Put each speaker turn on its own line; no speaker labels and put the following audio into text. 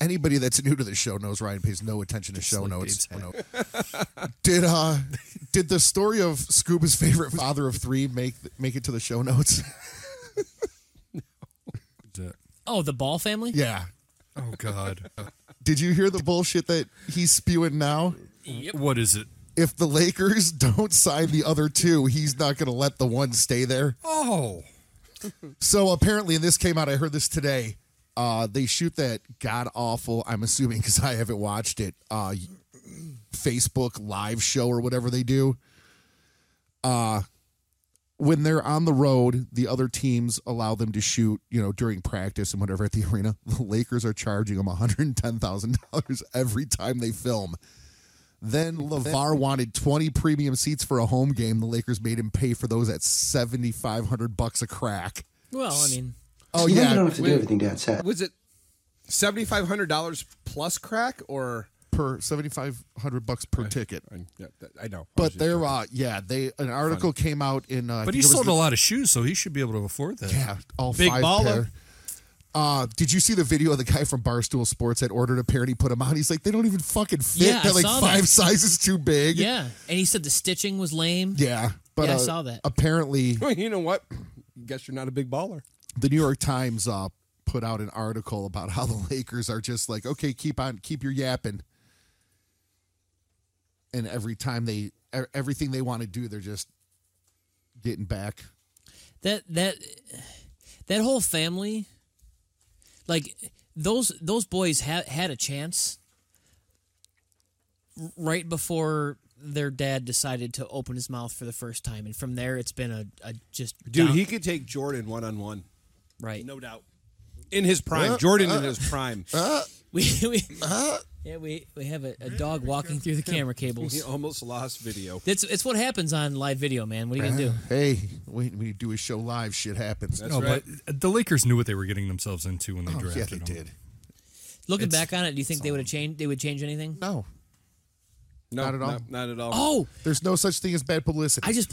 anybody that's new to the show knows Ryan pays no attention to show notes. No. Did uh, did the story of Scuba's favorite father of three make make it to the show notes?
Oh, the Ball family?
yeah.
Oh God.
Did you hear the bullshit that he's spewing now?
What is it?
If the Lakers don't sign the other two, he's not going to let the one stay there.
Oh.
So apparently, and this came out, I heard this today. Uh, they shoot that god awful. I'm assuming because I haven't watched it. Uh, Facebook live show or whatever they do. Uh, when they're on the road, the other teams allow them to shoot, you know, during practice and whatever at the arena. The Lakers are charging them $110,000 every time they film. Then LeVar wanted 20 premium seats for a home game. The Lakers made him pay for those at 7500 bucks a crack.
Well, I mean,
Oh
You really
yeah,
don't have to do everything Dad said.
Was it seventy five hundred dollars plus crack or?
per seventy five hundred bucks per ticket.
I, yeah, that- I know.
But they're uh, yeah, they an article came out in. Uh, I think
But he
it was
sold
the-
a lot of shoes, so he should be able to afford that.
Yeah, all
Big
five
baller.
pair. Uh, did you see the video of the guy from Barstool Sports that ordered a pair and he put them on? He's like, they don't even fucking fit.
Yeah, I
They're like
saw
five
that.
sizes too big.
yeah. And he said the stitching was lame.
Yeah, but
Yeah, I
uh,
saw that.
Apparently,
Well, you know what? Guess you're not a big baller.
the New York Times uh, put out an article about how the Lakers are just like, okay, keep on, keep your yapping. And every time they, e- everything they want to do, they're just getting back.
That that that whole family like those those boys had had a chance r- right before their dad decided to open his mouth for the first time and from there it's been a, a just
Dude,
down-
he could take Jordan one on one,
right
no doubt. In his prime, Jordan in his prime,
we, we yeah we we have a, a dog walking through the camera
he
cables
almost lost video.
it's it's what happens on live video man what are you gonna do
Ah, Hey, when when you do a show live, shit happens.
No, but the Lakers knew what they were getting themselves into when they
Oh,
drafted
yeah, they
him.
did.
looking back on it do you think they would have changed they would change anything
No,
No,
Not at all.
Not, not at all.
oh
there's no such thing as bad publicity.
I just